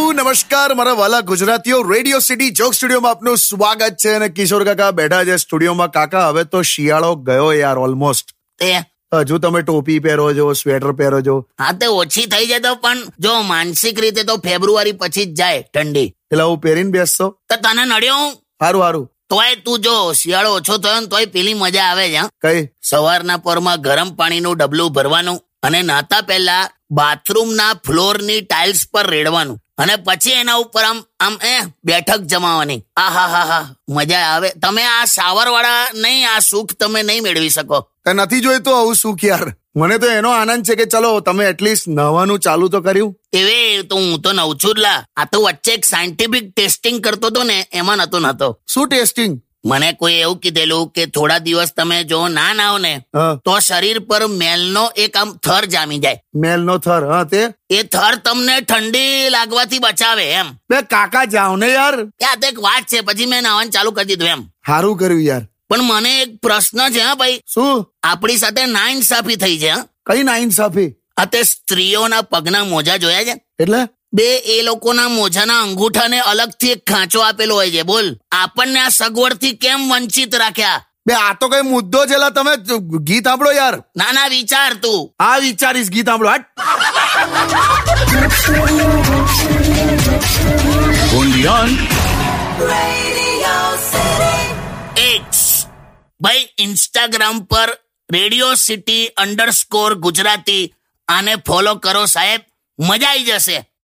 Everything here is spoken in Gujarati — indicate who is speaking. Speaker 1: નમસ્કાર મારા વાલા ગુજરાતીઓ રેડિયો સિટી જોક સ્ટુડિયોમાં આપનું સ્વાગત છે અને કિશોર કાકા બેઠા છે સ્ટુડિયોમાં કાકા હવે તો શિયાળો ગયો યાર ઓલમોસ્ટ
Speaker 2: તે
Speaker 1: હજુ તમે ટોપી પહેરો છો સ્વેટર પહેરો છો
Speaker 2: હા તે ઓછી થઈ જાય તો પણ જો માનસિક રીતે તો ફેબ્રુઆરી પછી જ જાય ઠંડી
Speaker 1: એટલે હું પહેરીને બેસશો
Speaker 2: તો તને નડ્યો હું?
Speaker 1: સારું સારું
Speaker 2: તોય તું જો શિયાળો ઓછો થયો ને તોય પેલી મજા આવે છે હં?
Speaker 1: કઈ
Speaker 2: સવારના પોરમાં ગરમ પાણીનું ડબલું ભરવાનું અને નાતા પહેલા બાથરૂમના ફ્લોરની ટાઇલ્સ પર રેડવાનું અને પછી એના ઉપર આમ આમ એ બેઠક જમાવાની આ હા હા હા મજા આવે તમે આ શાવર વાળા નહીં આ સુખ તમે નહીં મેળવી શકો
Speaker 1: તે નથી જોઈતો આવું સુખ યાર મને તો એનો આનંદ છે કે ચલો તમે એટલીસ્ટ નહાવાનું ચાલુ તો કર્યું
Speaker 2: એવે તો હું તો નવ છું જ લા આ તો વચ્ચે એક સાયન્ટિફિક ટેસ્ટિંગ કરતો હતો ને એમાં નતો નતો
Speaker 1: શું ટેસ્ટિંગ
Speaker 2: મને કોઈ એવું કીધેલું કે થોડા દિવસ તમે જો ના નાઓ ને
Speaker 1: હા
Speaker 2: તો શરીર પર મેલનો એક આમ થર જામી જાય
Speaker 1: મેલનો થર હા તે
Speaker 2: એ થર તમને ઠંડી લાગવાથી બચાવે એમ
Speaker 1: બે કાકા જાઓ ને યાર
Speaker 2: એ આ તો એક વાત છે પછી મેં નાવાનું ચાલુ કરી દીધું એમ
Speaker 1: સારું કર્યું યાર
Speaker 2: પણ મને એક પ્રશ્ન છે હા ભાઈ
Speaker 1: શું
Speaker 2: આપણી સાથે નાઇન્સાફી થઈ છે હા?
Speaker 1: કઈ ના ઇન્સાફી
Speaker 2: આ તે સ્ત્રીઓના પગના મોજા જોયા છે
Speaker 1: એટલે
Speaker 2: બે એ લોકોના મોજાના અંગૂઠાને અલગથી એક ખાંચો આપેલો હોય છે બોલ આપણને આ સગવડથી કેમ વંચિત રાખ્યા
Speaker 1: બે આ તો કઈ મુદ્દો છે લા, તમે ગીત સાંભળો યાર
Speaker 2: ના ના વિચાર તું
Speaker 1: આ વિચારીશ ગીત સાંભળો હટ
Speaker 3: Radio City.
Speaker 2: એક્સ ભાઈ ઇન્સ્ટાગ્રામ પર રેડિયો સિટી અંડરસ્કોર ગુજરાતી આને ફોલો કરો સાહેબ મજા આવી જશે